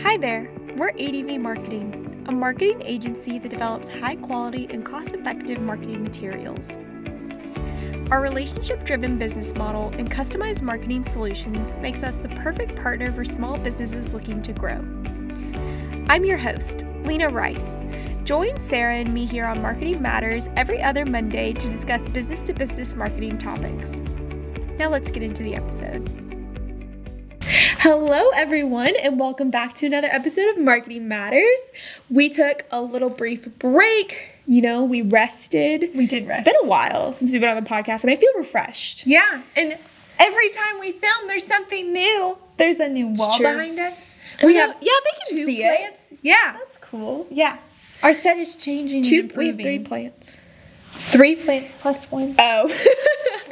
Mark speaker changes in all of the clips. Speaker 1: Hi there, we're ADV Marketing, a marketing agency that develops high quality and cost effective marketing materials. Our relationship driven business model and customized marketing solutions makes us the perfect partner for small businesses looking to grow. I'm your host, Lena Rice. Join Sarah and me here on Marketing Matters every other Monday to discuss business to business marketing topics. Now let's get into the episode. Hello, everyone, and welcome back to another episode of Marketing Matters. We took a little brief break. You know, we rested.
Speaker 2: We did rest.
Speaker 1: It's been a while since we've been on the podcast, and I feel refreshed.
Speaker 2: yeah, and every time we film, there's something new. There's a new wall
Speaker 1: true.
Speaker 2: behind us. We
Speaker 1: Yeah,
Speaker 2: have
Speaker 1: yeah, they can
Speaker 2: two
Speaker 1: see it.
Speaker 2: plants. Yeah,
Speaker 1: That's cool.
Speaker 2: yeah. Our set is changing.
Speaker 1: Two,
Speaker 2: and
Speaker 1: we have three
Speaker 2: improving.
Speaker 1: plants.
Speaker 2: three plants plus one.
Speaker 1: Oh,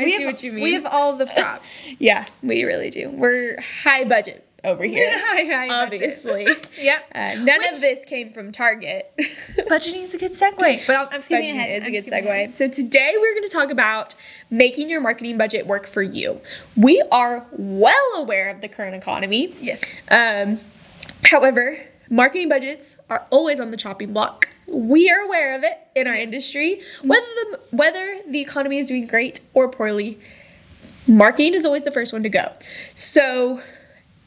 Speaker 1: I
Speaker 2: we
Speaker 1: see
Speaker 2: have,
Speaker 1: what you mean.
Speaker 2: We have all the props.
Speaker 1: yeah, we really do. We're high budget over here.
Speaker 2: I- I budget.
Speaker 1: obviously.
Speaker 2: Yep.
Speaker 1: Uh, none
Speaker 2: Which-
Speaker 1: of this came from Target.
Speaker 2: Budgeting's a good segue, but I'm, I'm skipping
Speaker 1: Budgeting
Speaker 2: ahead.
Speaker 1: is a
Speaker 2: I'm
Speaker 1: good
Speaker 2: skipping
Speaker 1: segue.
Speaker 2: ahead.
Speaker 1: So today we're going to talk about making your marketing budget work for you. We are well aware of the current economy.
Speaker 2: Yes.
Speaker 1: Um, however, marketing budgets are always on the chopping block. We are aware of it in our industry, whether the whether the economy is doing great or poorly. Marketing is always the first one to go. So,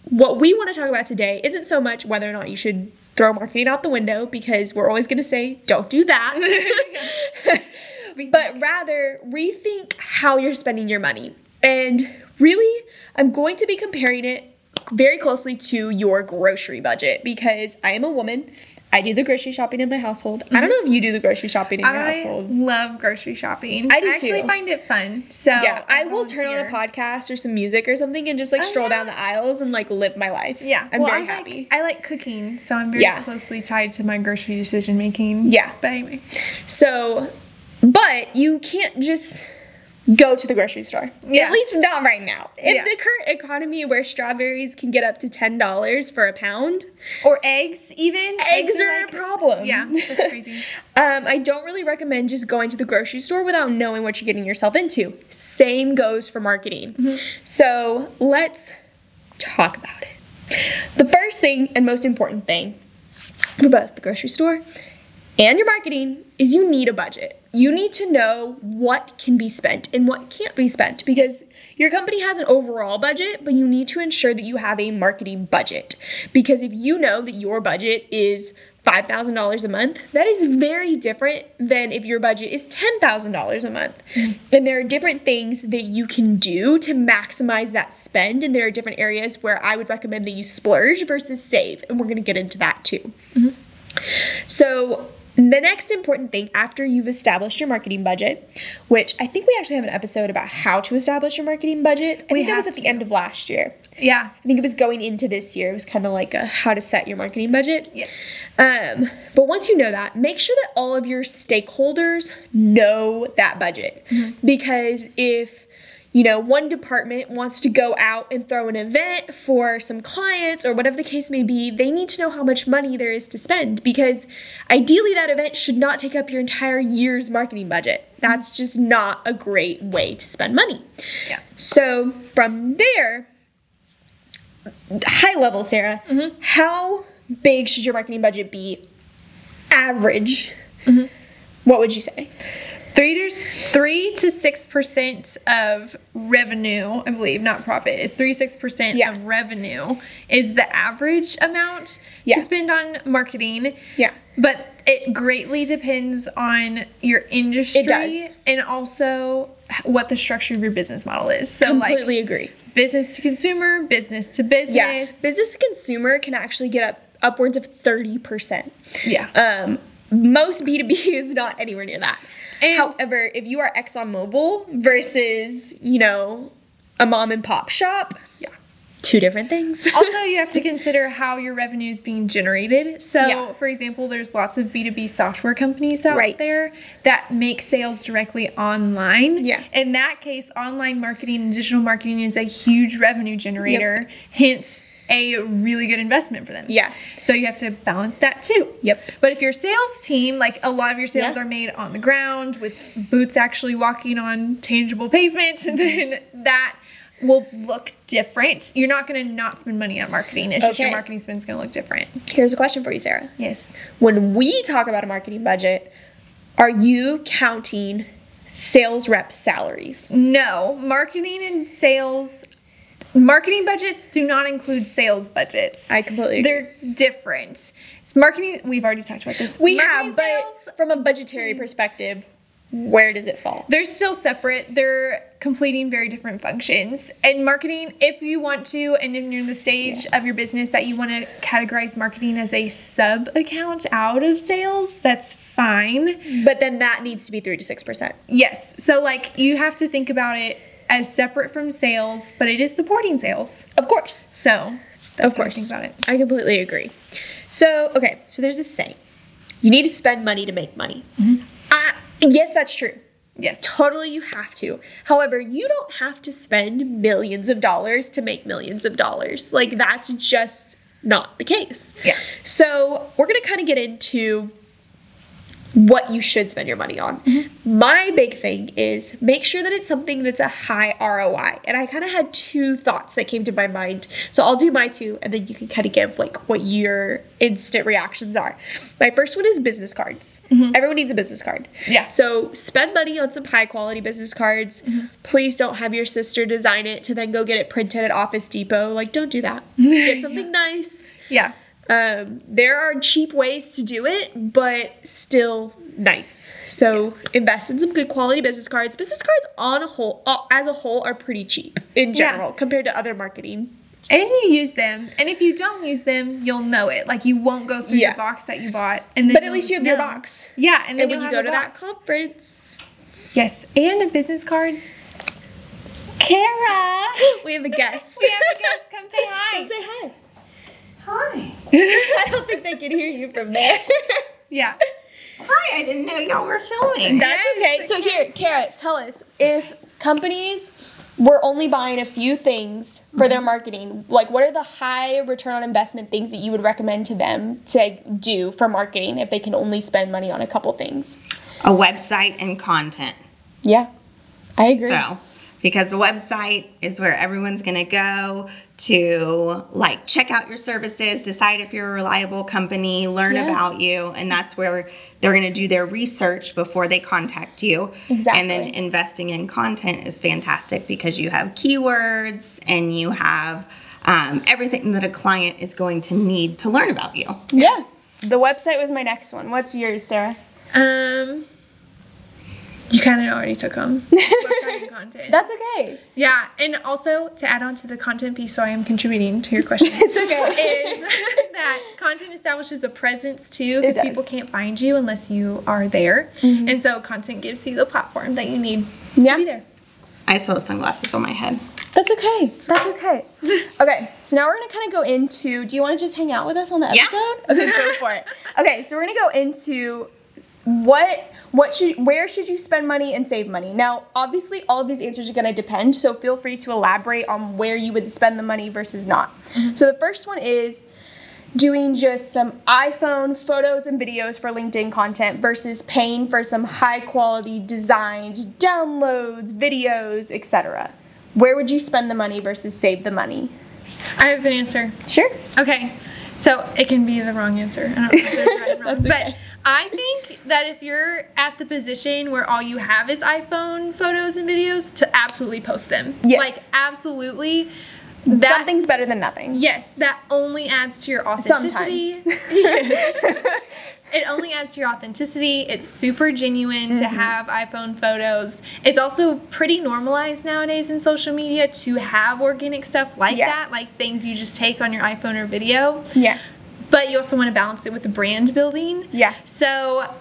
Speaker 1: what we want to talk about today isn't so much whether or not you should throw marketing out the window because we're always going to say don't do that. but rather rethink how you're spending your money. And really, I'm going to be comparing it very closely to your grocery budget because I am a woman. I do the grocery shopping in my household. I don't know if you do the grocery shopping in your
Speaker 2: Mm-hmm. I
Speaker 1: household.
Speaker 2: love grocery shopping.
Speaker 1: I do
Speaker 2: actually
Speaker 1: too.
Speaker 2: find it fun. So
Speaker 1: yeah, I will turn on a
Speaker 2: volunteer.
Speaker 1: podcast or some music or something and just like
Speaker 2: Oh,
Speaker 1: stroll
Speaker 2: yeah.
Speaker 1: down the aisles and like live my life.
Speaker 2: Yeah,
Speaker 1: I'm
Speaker 2: well,
Speaker 1: very
Speaker 2: I
Speaker 1: happy.
Speaker 2: Like, I like cooking, so I'm very
Speaker 1: Yeah.
Speaker 2: closely tied to my grocery decision making.
Speaker 1: Yeah.
Speaker 2: but anyway,
Speaker 1: So, but you can't just go to the grocery store.
Speaker 2: Yeah.
Speaker 1: At least not right now. In
Speaker 2: Yeah.
Speaker 1: the current economy where strawberries can get up to $10 for a pound,
Speaker 2: or eggs even.
Speaker 1: eggs
Speaker 2: are
Speaker 1: are a
Speaker 2: like-
Speaker 1: problem.
Speaker 2: Yeah, that's crazy.
Speaker 1: Um, I don't really recommend just going to the grocery store without knowing what you're getting yourself into. Same goes for marketing.
Speaker 2: Mm-hmm.
Speaker 1: So let's talk about it. The first thing and most important thing for both the grocery store and your marketing is you need a budget. You need to know what can be spent and what can't be spent because your company has an overall budget, but you need to ensure that you have a marketing budget. Because if you know that your budget is $5,000 a month, that is very different than if your budget is $10,000 a month. And there are different things that you can do to maximize that spend, and there are different areas where I would recommend that you splurge versus save, and we're gonna get into that too. So, the next important thing after you've established your marketing budget, which I think we actually have an episode about how to establish your marketing budget. I
Speaker 2: We
Speaker 1: think that was at
Speaker 2: have
Speaker 1: the
Speaker 2: to.
Speaker 1: end of last year.
Speaker 2: Yeah,
Speaker 1: I think it was going into this year. It was kind of like a how to set your marketing budget.
Speaker 2: Yes.
Speaker 1: Um, but once you know that, make sure that all of your stakeholders know that budget.
Speaker 2: Mm-hmm.
Speaker 1: Because if you know one department wants to go out and throw an event for some clients or whatever the case may be, they need to know how much money there is to spend because ideally that event should not take up your entire year's marketing budget.
Speaker 2: Mm-hmm.
Speaker 1: That's just not a great way to spend money.
Speaker 2: yeah.
Speaker 1: So from there, high level, Sarah,
Speaker 2: Mm-hmm.
Speaker 1: how big should your marketing budget be? Average.
Speaker 2: Mm-hmm.
Speaker 1: What would you say?
Speaker 2: Three to three to six percent of revenue, I believe, not profit. It's three to six percent
Speaker 1: Yeah.
Speaker 2: of revenue is the average amount
Speaker 1: Yeah.
Speaker 2: to spend on marketing.
Speaker 1: Yeah.
Speaker 2: But it greatly depends on your industry
Speaker 1: does.
Speaker 2: and also h- what the structure of your business model is. So
Speaker 1: Completely
Speaker 2: like
Speaker 1: agree.
Speaker 2: business to consumer, business to
Speaker 1: Yeah.
Speaker 2: business.
Speaker 1: Business to consumer can actually get up upwards of 30%.
Speaker 2: Yeah.
Speaker 1: Um, most B2B is not anywhere near that.
Speaker 2: And-
Speaker 1: However, if you are ExxonMobil versus, you know, a mom and pop shop, yeah, two different things.
Speaker 2: also, you have to consider how your revenue is being generated. So,
Speaker 1: Yeah.
Speaker 2: for example, there's lots of B2B software companies out
Speaker 1: Right.
Speaker 2: there that make sales directly online.
Speaker 1: Yeah.
Speaker 2: In that case, online marketing and digital marketing is a huge revenue generator, hence a really good investment for them.
Speaker 1: Yeah.
Speaker 2: So you have to balance that too.
Speaker 1: Yep.
Speaker 2: But if your sales team, like a lot of your sales
Speaker 1: Yeah.
Speaker 2: are made on the ground with boots actually walking on tangible pavement, then that will look different. You're not going to not spend money on marketing. It's just your
Speaker 1: Okay.
Speaker 2: marketing spend's going to look different.
Speaker 1: Here's a question for you, Sarah.
Speaker 2: Yes.
Speaker 1: When we talk about a marketing budget, are you counting sales rep salaries?
Speaker 2: No, marketing and sales marketing budgets do not include sales budgets.
Speaker 1: I completely agree.
Speaker 2: They're different. It's marketing we've already talked about this.
Speaker 1: We
Speaker 2: Marketing
Speaker 1: have, but
Speaker 2: sales,
Speaker 1: from a budgetary perspective, where does it fall?
Speaker 2: they're still separate. They're completing very different functions. And marketing, if you want to, and if you're in the stage of your business that you want to categorize marketing as a sub account out of sales, that's fine.
Speaker 1: But then that needs to be three to six percent.
Speaker 2: Yes. So, like, you have to think about it as separate from sales, but it is supporting sales.
Speaker 1: Of course.
Speaker 2: So, that's
Speaker 1: of
Speaker 2: how I
Speaker 1: course.
Speaker 2: think about it.
Speaker 1: I completely agree. So, okay, so there's this saying you need to spend money to make money. I- yes, that's true.
Speaker 2: Yes.
Speaker 1: Totally, you have to. However, you don't have to spend millions of dollars to make millions of dollars. Like, that's just not the case.
Speaker 2: Yeah.
Speaker 1: So, we're going to kind of get into what you should spend your money on. My big thing is make sure that it's something that's a high ROI. And I kind of had two thoughts that came to my mind. So I'll do my two and then you can kind of give like what your instant reactions are. My first one is business cards. Everyone needs a business card.
Speaker 2: Yeah.
Speaker 1: So spend money on some high quality business cards. Please don't have your sister design it to then go get it printed at Office Depot. Like don't do that. Get something nice.
Speaker 2: Yeah.
Speaker 1: Um, there are cheap ways to do it, but still nice. So invest in some good quality business cards. Business cards on a whole, uh, as a whole, are pretty cheap in
Speaker 2: Yeah.
Speaker 1: general compared to other marketing.
Speaker 2: And you use them. And if you don't use them, you'll know it. Like, you won't go through
Speaker 1: Yeah.
Speaker 2: your box that you bought. And then
Speaker 1: But at
Speaker 2: you'll
Speaker 1: least you have
Speaker 2: know.
Speaker 1: your box.
Speaker 2: Yeah. And then
Speaker 1: And when you
Speaker 2: you'll
Speaker 1: go
Speaker 2: have
Speaker 1: to
Speaker 2: a
Speaker 1: that
Speaker 2: box.
Speaker 1: conference,
Speaker 2: Yes, and business cards. Kara,
Speaker 1: we have a guest.
Speaker 2: we have a guest. Come say
Speaker 1: Come
Speaker 2: hi.
Speaker 1: say hi.
Speaker 3: Hi.
Speaker 1: I don't think they can hear you from there.
Speaker 2: Yeah.
Speaker 3: Hi, I didn't know y'all were filming.
Speaker 1: That's okay. So here, Kara, tell us if companies were only buying a few things for their marketing, like what are the high return on investment things that you would recommend to them to do for marketing if they can only spend money on a couple things?
Speaker 3: A website and content.
Speaker 1: Yeah. I agree.
Speaker 3: So, because the website is where everyone's going to go to like check out your services, decide if you're a reliable company, learn
Speaker 1: Yeah.
Speaker 3: about you, and that's where they're going to do their research before they contact you. And then
Speaker 1: Exactly.
Speaker 3: investing in content is fantastic because you have keywords and you have um, everything that a client is going to need to learn about you.
Speaker 1: Yeah. The website was my next one. What's yours, Sarah?
Speaker 2: Um, you kind of already took them. Website and content.
Speaker 1: That's okay.
Speaker 2: yeah, and also to add on to the content piece, so I am contributing to your question.
Speaker 1: It's okay.
Speaker 2: is that content establishes a presence
Speaker 1: It
Speaker 2: too because
Speaker 1: does.
Speaker 2: people can't find you unless you are there and so content gives you the platform that you need to be
Speaker 1: yeah.
Speaker 2: there
Speaker 3: I still have sunglasses on my head.
Speaker 1: That's okay. That's okay. Okay. So now we're going to kind of go into do you want to just hang out with us on the
Speaker 3: Yeah.
Speaker 1: episode? Okay, go for it. Okay, so we're going to go into s- what what should where should you spend money and save money? Now, obviously all of these answers are going to depend, so feel free to elaborate on where you would spend the money versus not. So the first one is doing just some iPhone photos and videos for LinkedIn content versus paying for some high quality designed downloads, videos, etc. Where would you spend the money versus save the money?
Speaker 2: i have an answer
Speaker 1: Sure.
Speaker 2: Okay, so it can be the wrong answer. I don't know if there's right and wrong,
Speaker 1: That's
Speaker 2: but
Speaker 1: okay.
Speaker 2: I think that if you're at the position where all you have is iPhone photos and videos, to absolutely post them.
Speaker 1: Yes.
Speaker 2: like absolutely. That
Speaker 1: Something's better than nothing.
Speaker 2: yes, that only adds to your authenticity. it only adds to your authenticity. It's super genuine to
Speaker 1: Mm-hmm.
Speaker 2: have iPhone photos. It's also pretty normalized nowadays in social media to have organic stuff like
Speaker 1: Yeah.
Speaker 2: that, like things you just take on your iPhone or video
Speaker 1: Yeah.
Speaker 2: but you also want to balance it with the brand building.
Speaker 1: Yeah.
Speaker 2: So,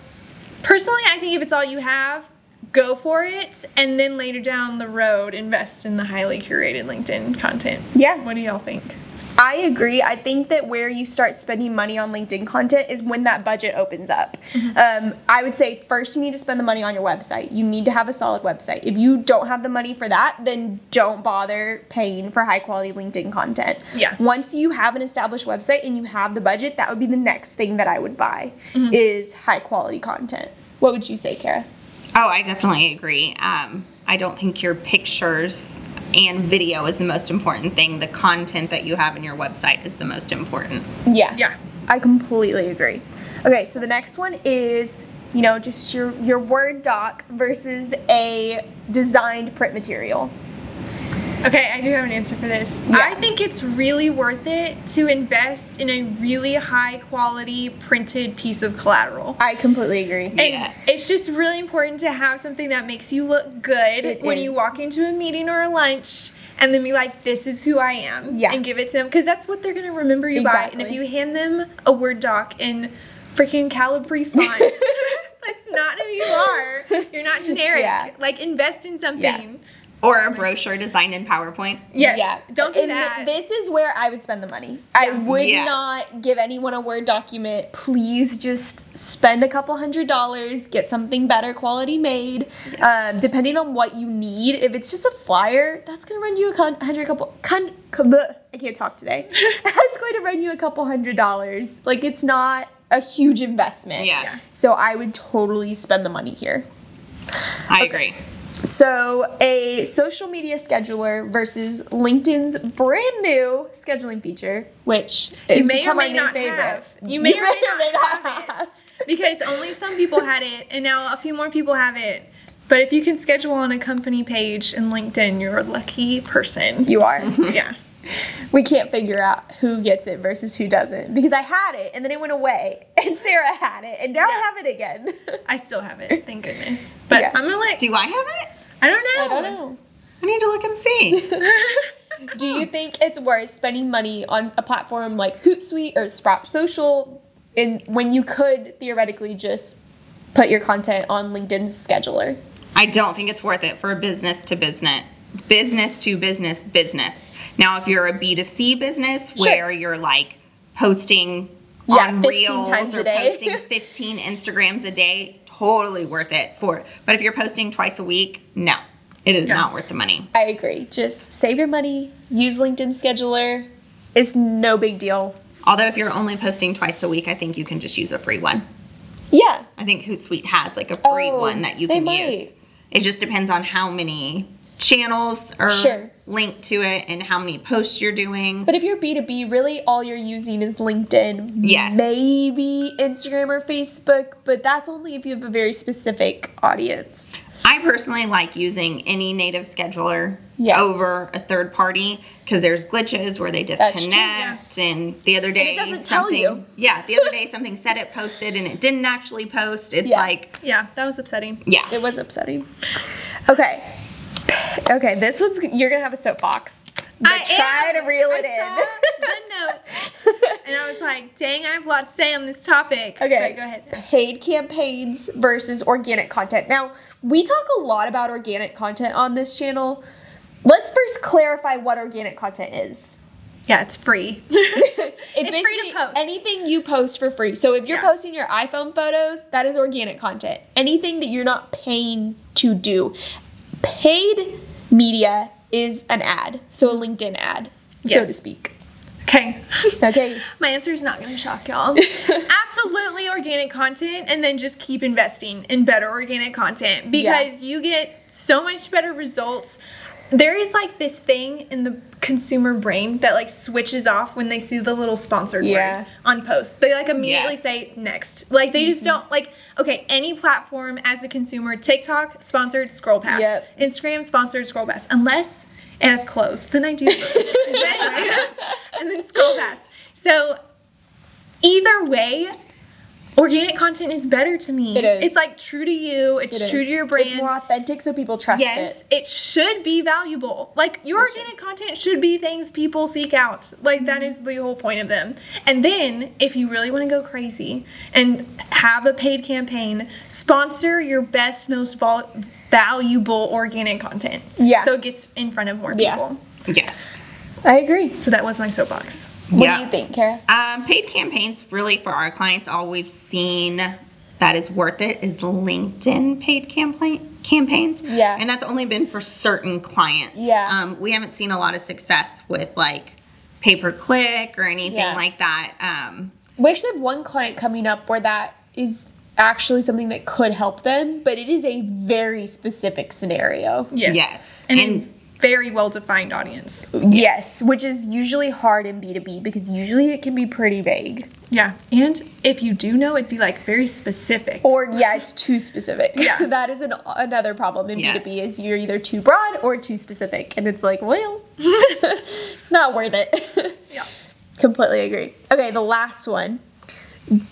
Speaker 2: personally, I think if it's all you have, go for it, and then later down the road, invest in the highly curated LinkedIn content.
Speaker 1: Yeah.
Speaker 2: What do y'all think?
Speaker 1: I agree. I think that where you start spending money on LinkedIn content is when that budget opens up. Um, I would say first you need to spend the money on your website. You need to have a solid website. If you don't have the money for that, then don't bother paying for high quality LinkedIn content.
Speaker 2: Yeah.
Speaker 1: Once you have an established website and you have the budget, that would be the next thing that I would buy is high quality content. What would you say, Kara?
Speaker 3: Oh, I definitely agree. Um, I don't think your pictures and video is the most important thing. The content that you have in your website is the most important.
Speaker 1: Yeah.
Speaker 2: Yeah.
Speaker 1: I completely agree. Okay, so the next one is, you know, just your your Word doc versus a designed print material.
Speaker 2: Okay, I do have an answer for this. I think it's really worth it to invest in a really high quality printed piece of collateral.
Speaker 1: I completely agree.
Speaker 2: And
Speaker 3: Yes.
Speaker 2: it's just really important to have something that makes you look good
Speaker 1: It
Speaker 2: when you
Speaker 1: is.
Speaker 2: walk into a meeting or a lunch and then be like, this is who I am.
Speaker 1: Yeah.
Speaker 2: And give it to them because that's what they're going to remember you by. And if
Speaker 1: Exactly.
Speaker 2: you hand them a Word doc in freaking Calibri font, that's not who you are. You're not generic.
Speaker 1: Yeah.
Speaker 2: Like, invest in something.
Speaker 3: Or a brochure designed in PowerPoint.
Speaker 2: Yes. Don't do
Speaker 1: And thi-
Speaker 2: that.
Speaker 1: this is where I would spend the money. I would
Speaker 3: Yes.
Speaker 1: not give anyone a Word document. Please just spend a couple hundred dollars, get something better quality made. Um, depending on what you need, if it's just a flyer, that's gonna run you a con- hundred couple. Con- co- bleh, I can't talk today. that's going to run you a couple hundred dollars. Like it's not a huge investment.
Speaker 3: Yeah. Yeah.
Speaker 1: So I would totally spend the money here.
Speaker 3: I agree.
Speaker 1: So, a social media scheduler versus LinkedIn's brand new scheduling feature, which is
Speaker 2: you may or
Speaker 1: become
Speaker 2: may
Speaker 1: our new
Speaker 2: not
Speaker 1: favorite.
Speaker 2: have. You may or may not, have,
Speaker 1: have.
Speaker 2: it because only some people had it, and now a few more people have it. But if you can schedule on a company page in LinkedIn, you're a lucky person.
Speaker 1: You are.
Speaker 2: Yeah.
Speaker 1: we can't figure out who gets it versus who doesn't because I had it and then it went away, and Sarah had it, and now I
Speaker 2: Yeah.
Speaker 1: have it again.
Speaker 2: I still have it, thank goodness. But
Speaker 1: Yeah.
Speaker 2: I'm gonna let.
Speaker 3: Do I have it?
Speaker 2: I don't know.
Speaker 1: I don't know.
Speaker 3: I need to look and see.
Speaker 1: Do you think it's worth spending money on a platform like Hootsuite or Sprout Social, in when you could theoretically just put your content on LinkedIn's scheduler?
Speaker 3: I don't think it's worth it for a business to business, business to business business. Now, if you're a B2C business
Speaker 1: Sure.
Speaker 3: where you're like posting
Speaker 1: Yeah,
Speaker 3: on
Speaker 1: 15
Speaker 3: reels
Speaker 1: times
Speaker 3: or
Speaker 1: a day.
Speaker 3: posting 15 Instagrams a day, totally worth it for. But if you're posting twice a week, no, it is
Speaker 2: Yeah.
Speaker 3: not worth the money.
Speaker 1: I agree. Just save your money, use LinkedIn Scheduler. It's no big deal.
Speaker 3: Although, if you're only posting twice a week, I think you can just use a free one.
Speaker 1: Yeah.
Speaker 3: I think Hootsuite has like a free
Speaker 1: Oh,
Speaker 3: one that you
Speaker 1: they
Speaker 3: can
Speaker 1: might.
Speaker 3: use. It just depends on how many channels are
Speaker 1: Sure.
Speaker 3: linked to it and how many posts you're doing.
Speaker 1: But if you're B2B, really all you're using is LinkedIn.
Speaker 3: Yes.
Speaker 1: Maybe Instagram or Facebook, but that's only if you have a very specific audience.
Speaker 3: I personally like using any native scheduler
Speaker 1: Yeah.
Speaker 3: over a third party because there's glitches where they
Speaker 1: That's true,
Speaker 3: disconnect.
Speaker 1: yeah.
Speaker 3: And the other day,
Speaker 1: doesn't tell
Speaker 3: something,
Speaker 1: you.
Speaker 3: Yeah, the other day something said it posted and it didn't actually post. It's
Speaker 1: Yeah.
Speaker 3: like,
Speaker 2: Yeah, that was upsetting.
Speaker 3: yeah,
Speaker 1: It was upsetting. Okay. Okay, this one's you're gonna have a soapbox. But
Speaker 2: I
Speaker 1: try
Speaker 2: am-
Speaker 1: to reel it
Speaker 2: I saw the notes, and I was like, "Dang, I have a lot to say on this topic."
Speaker 1: Okay.
Speaker 2: But go ahead.
Speaker 1: Paid campaigns versus organic content. Now, we talk a lot about organic content on this channel. Let's first clarify what organic content is.
Speaker 2: Yeah, it's free. It's free to
Speaker 1: basically
Speaker 2: post.
Speaker 1: Anything you post for free. So if you're
Speaker 2: Yeah.
Speaker 1: posting your iPhone photos, that is organic content. Anything that you're not paying to do. Paid media is an ad. So a LinkedIn ad, so
Speaker 2: Yes.
Speaker 1: to speak.
Speaker 2: okay.
Speaker 1: Okay.
Speaker 2: My answer is not going to shock y'all. Absolutely organic content, and then just keep investing in better organic content because you get so much better results. There is like this thing in the consumer brain that like switches off when they see the little sponsored
Speaker 1: Yeah.
Speaker 2: word on posts. They like immediately
Speaker 3: Yes.
Speaker 2: say next. Like they
Speaker 1: Mm-hmm.
Speaker 2: just don't like okay, any platform as a consumer, TikTok sponsored scroll past,
Speaker 1: Yep.
Speaker 2: Instagram sponsored scroll past, unless it has clothes, then I do. Then- and then scroll past. So either way, organic content is better to me.
Speaker 1: It is.
Speaker 2: It's like true to you. It's
Speaker 1: It is.
Speaker 2: true to your brand.
Speaker 1: It's more authentic so people trust
Speaker 2: yes,
Speaker 1: it.
Speaker 2: it. should be valuable. Like your
Speaker 1: It should.
Speaker 2: organic content should be things people seek out. Like that is the whole point of them. And then if you really want to go crazy and have a paid campaign, sponsor your best, most vol- valuable organic content.
Speaker 1: Yeah.
Speaker 2: So it gets in front of more people.
Speaker 1: Yeah.
Speaker 3: yes.
Speaker 1: I agree.
Speaker 2: So that was my soapbox.
Speaker 1: What
Speaker 3: Yeah.
Speaker 1: do you think, Kara?
Speaker 3: Um, paid campaigns, really, for our clients, all we've seen that is worth it is LinkedIn paid campaign campaigns.
Speaker 1: Yeah.
Speaker 3: And that's only been for certain clients.
Speaker 1: Yeah.
Speaker 3: Um, we haven't seen a lot of success with like pay per click or anything
Speaker 1: Yeah.
Speaker 3: like that. Um,
Speaker 1: We actually have one client coming up where that is actually something that could help them, but it is a very specific scenario.
Speaker 2: Yes.
Speaker 3: Yes.
Speaker 2: And,
Speaker 3: And,
Speaker 2: very well defined audience.
Speaker 1: Yes, which is usually hard in B2B because usually it can be pretty vague.
Speaker 2: Yeah. And if you do know, it'd be like very specific.
Speaker 1: Or yeah, it's too specific.
Speaker 2: Yeah.
Speaker 1: that is an, another problem in
Speaker 3: Yes.
Speaker 1: B2B is you're either too broad or too specific and it's like, well, it's not worth it.
Speaker 2: Yeah.
Speaker 1: Completely agree. Okay, the last one.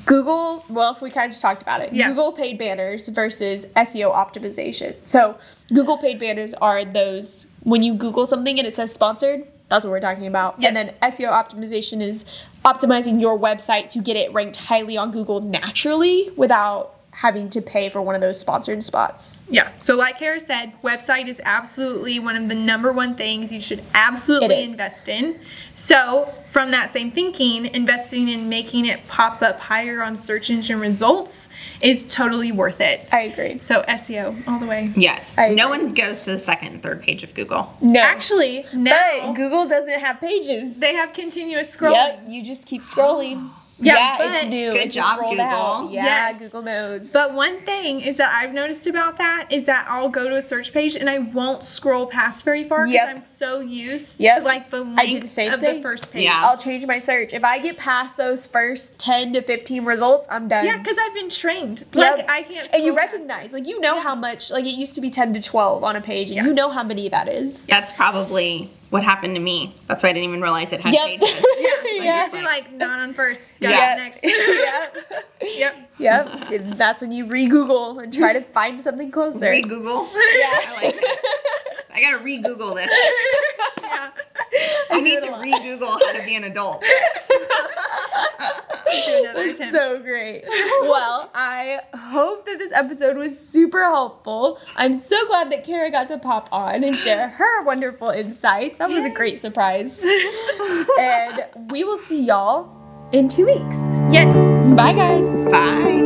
Speaker 1: Google, well, if we kind of just talked about it,
Speaker 2: Yeah.
Speaker 1: Google paid banners versus SEO optimization. So, Google paid banners are those when you Google something and it says sponsored, that's what we're talking about.
Speaker 2: Yes.
Speaker 1: And then SEO optimization is optimizing your website to get it ranked highly on Google naturally without having to pay for one of those sponsored spots.
Speaker 2: Yeah. So, like Kara said, website is absolutely one of the number one things you should absolutely
Speaker 1: It is.
Speaker 2: invest in. So, from that same thinking, investing in making it pop up higher on search engine results is totally worth it.
Speaker 1: I agree.
Speaker 2: So, SEO all the way.
Speaker 3: Yes.
Speaker 1: I
Speaker 3: No
Speaker 1: agree.
Speaker 3: one goes to the second and third page of Google.
Speaker 1: No.
Speaker 2: Actually, now
Speaker 1: but Google doesn't have pages.
Speaker 2: they have continuous scrolling.
Speaker 1: Yep, you just keep scrolling.
Speaker 2: Yeah,
Speaker 1: it's
Speaker 2: but-
Speaker 1: new.
Speaker 3: Good
Speaker 1: it just
Speaker 3: job,
Speaker 1: rolled out.
Speaker 3: Google.
Speaker 1: Yeah,
Speaker 2: Yes.
Speaker 1: Google knows.
Speaker 2: But one thing is that I've noticed about that is that I'll go to a search page and I won't scroll past very far because
Speaker 1: Yep.
Speaker 2: I'm so used
Speaker 1: Yep.
Speaker 2: to like the
Speaker 1: I do
Speaker 2: length
Speaker 1: the same
Speaker 2: of
Speaker 1: thing.
Speaker 2: the first page.
Speaker 3: Yeah.
Speaker 1: I'll change my search. If I get past those first 10 to 15 results, I'm done.
Speaker 2: Yeah, because I've been trained.
Speaker 1: Yep.
Speaker 2: Like I can't.
Speaker 1: And you
Speaker 2: scroll past.
Speaker 1: recognize, like, you know how much, like, it used to be 10 to 12 on a page, and
Speaker 2: Yeah.
Speaker 1: you know how many that is.
Speaker 3: That's probably what happened to me. That's why I didn't even realize it had pages.
Speaker 1: yeah. yeah.
Speaker 2: Just do like not on first. Got
Speaker 3: Yeah.
Speaker 2: it next.
Speaker 1: yep.
Speaker 2: yep.
Speaker 1: Yep. And That's when you re Google and try to find something closer.
Speaker 3: Re Google.
Speaker 1: yeah.
Speaker 3: I like that. I gotta re Google this.
Speaker 2: Yeah.
Speaker 3: I
Speaker 1: do
Speaker 3: need
Speaker 1: it a
Speaker 3: to
Speaker 1: lot.
Speaker 3: re Google how to be an adult.
Speaker 2: Do another attempt.
Speaker 1: so great. Well, I hope that this episode was super helpful. I'm so glad that Kara got to pop on and share her wonderful insights. That was a great surprise. and we will see y'all in two weeks.
Speaker 2: yes.
Speaker 1: Bye, guys.
Speaker 3: Bye.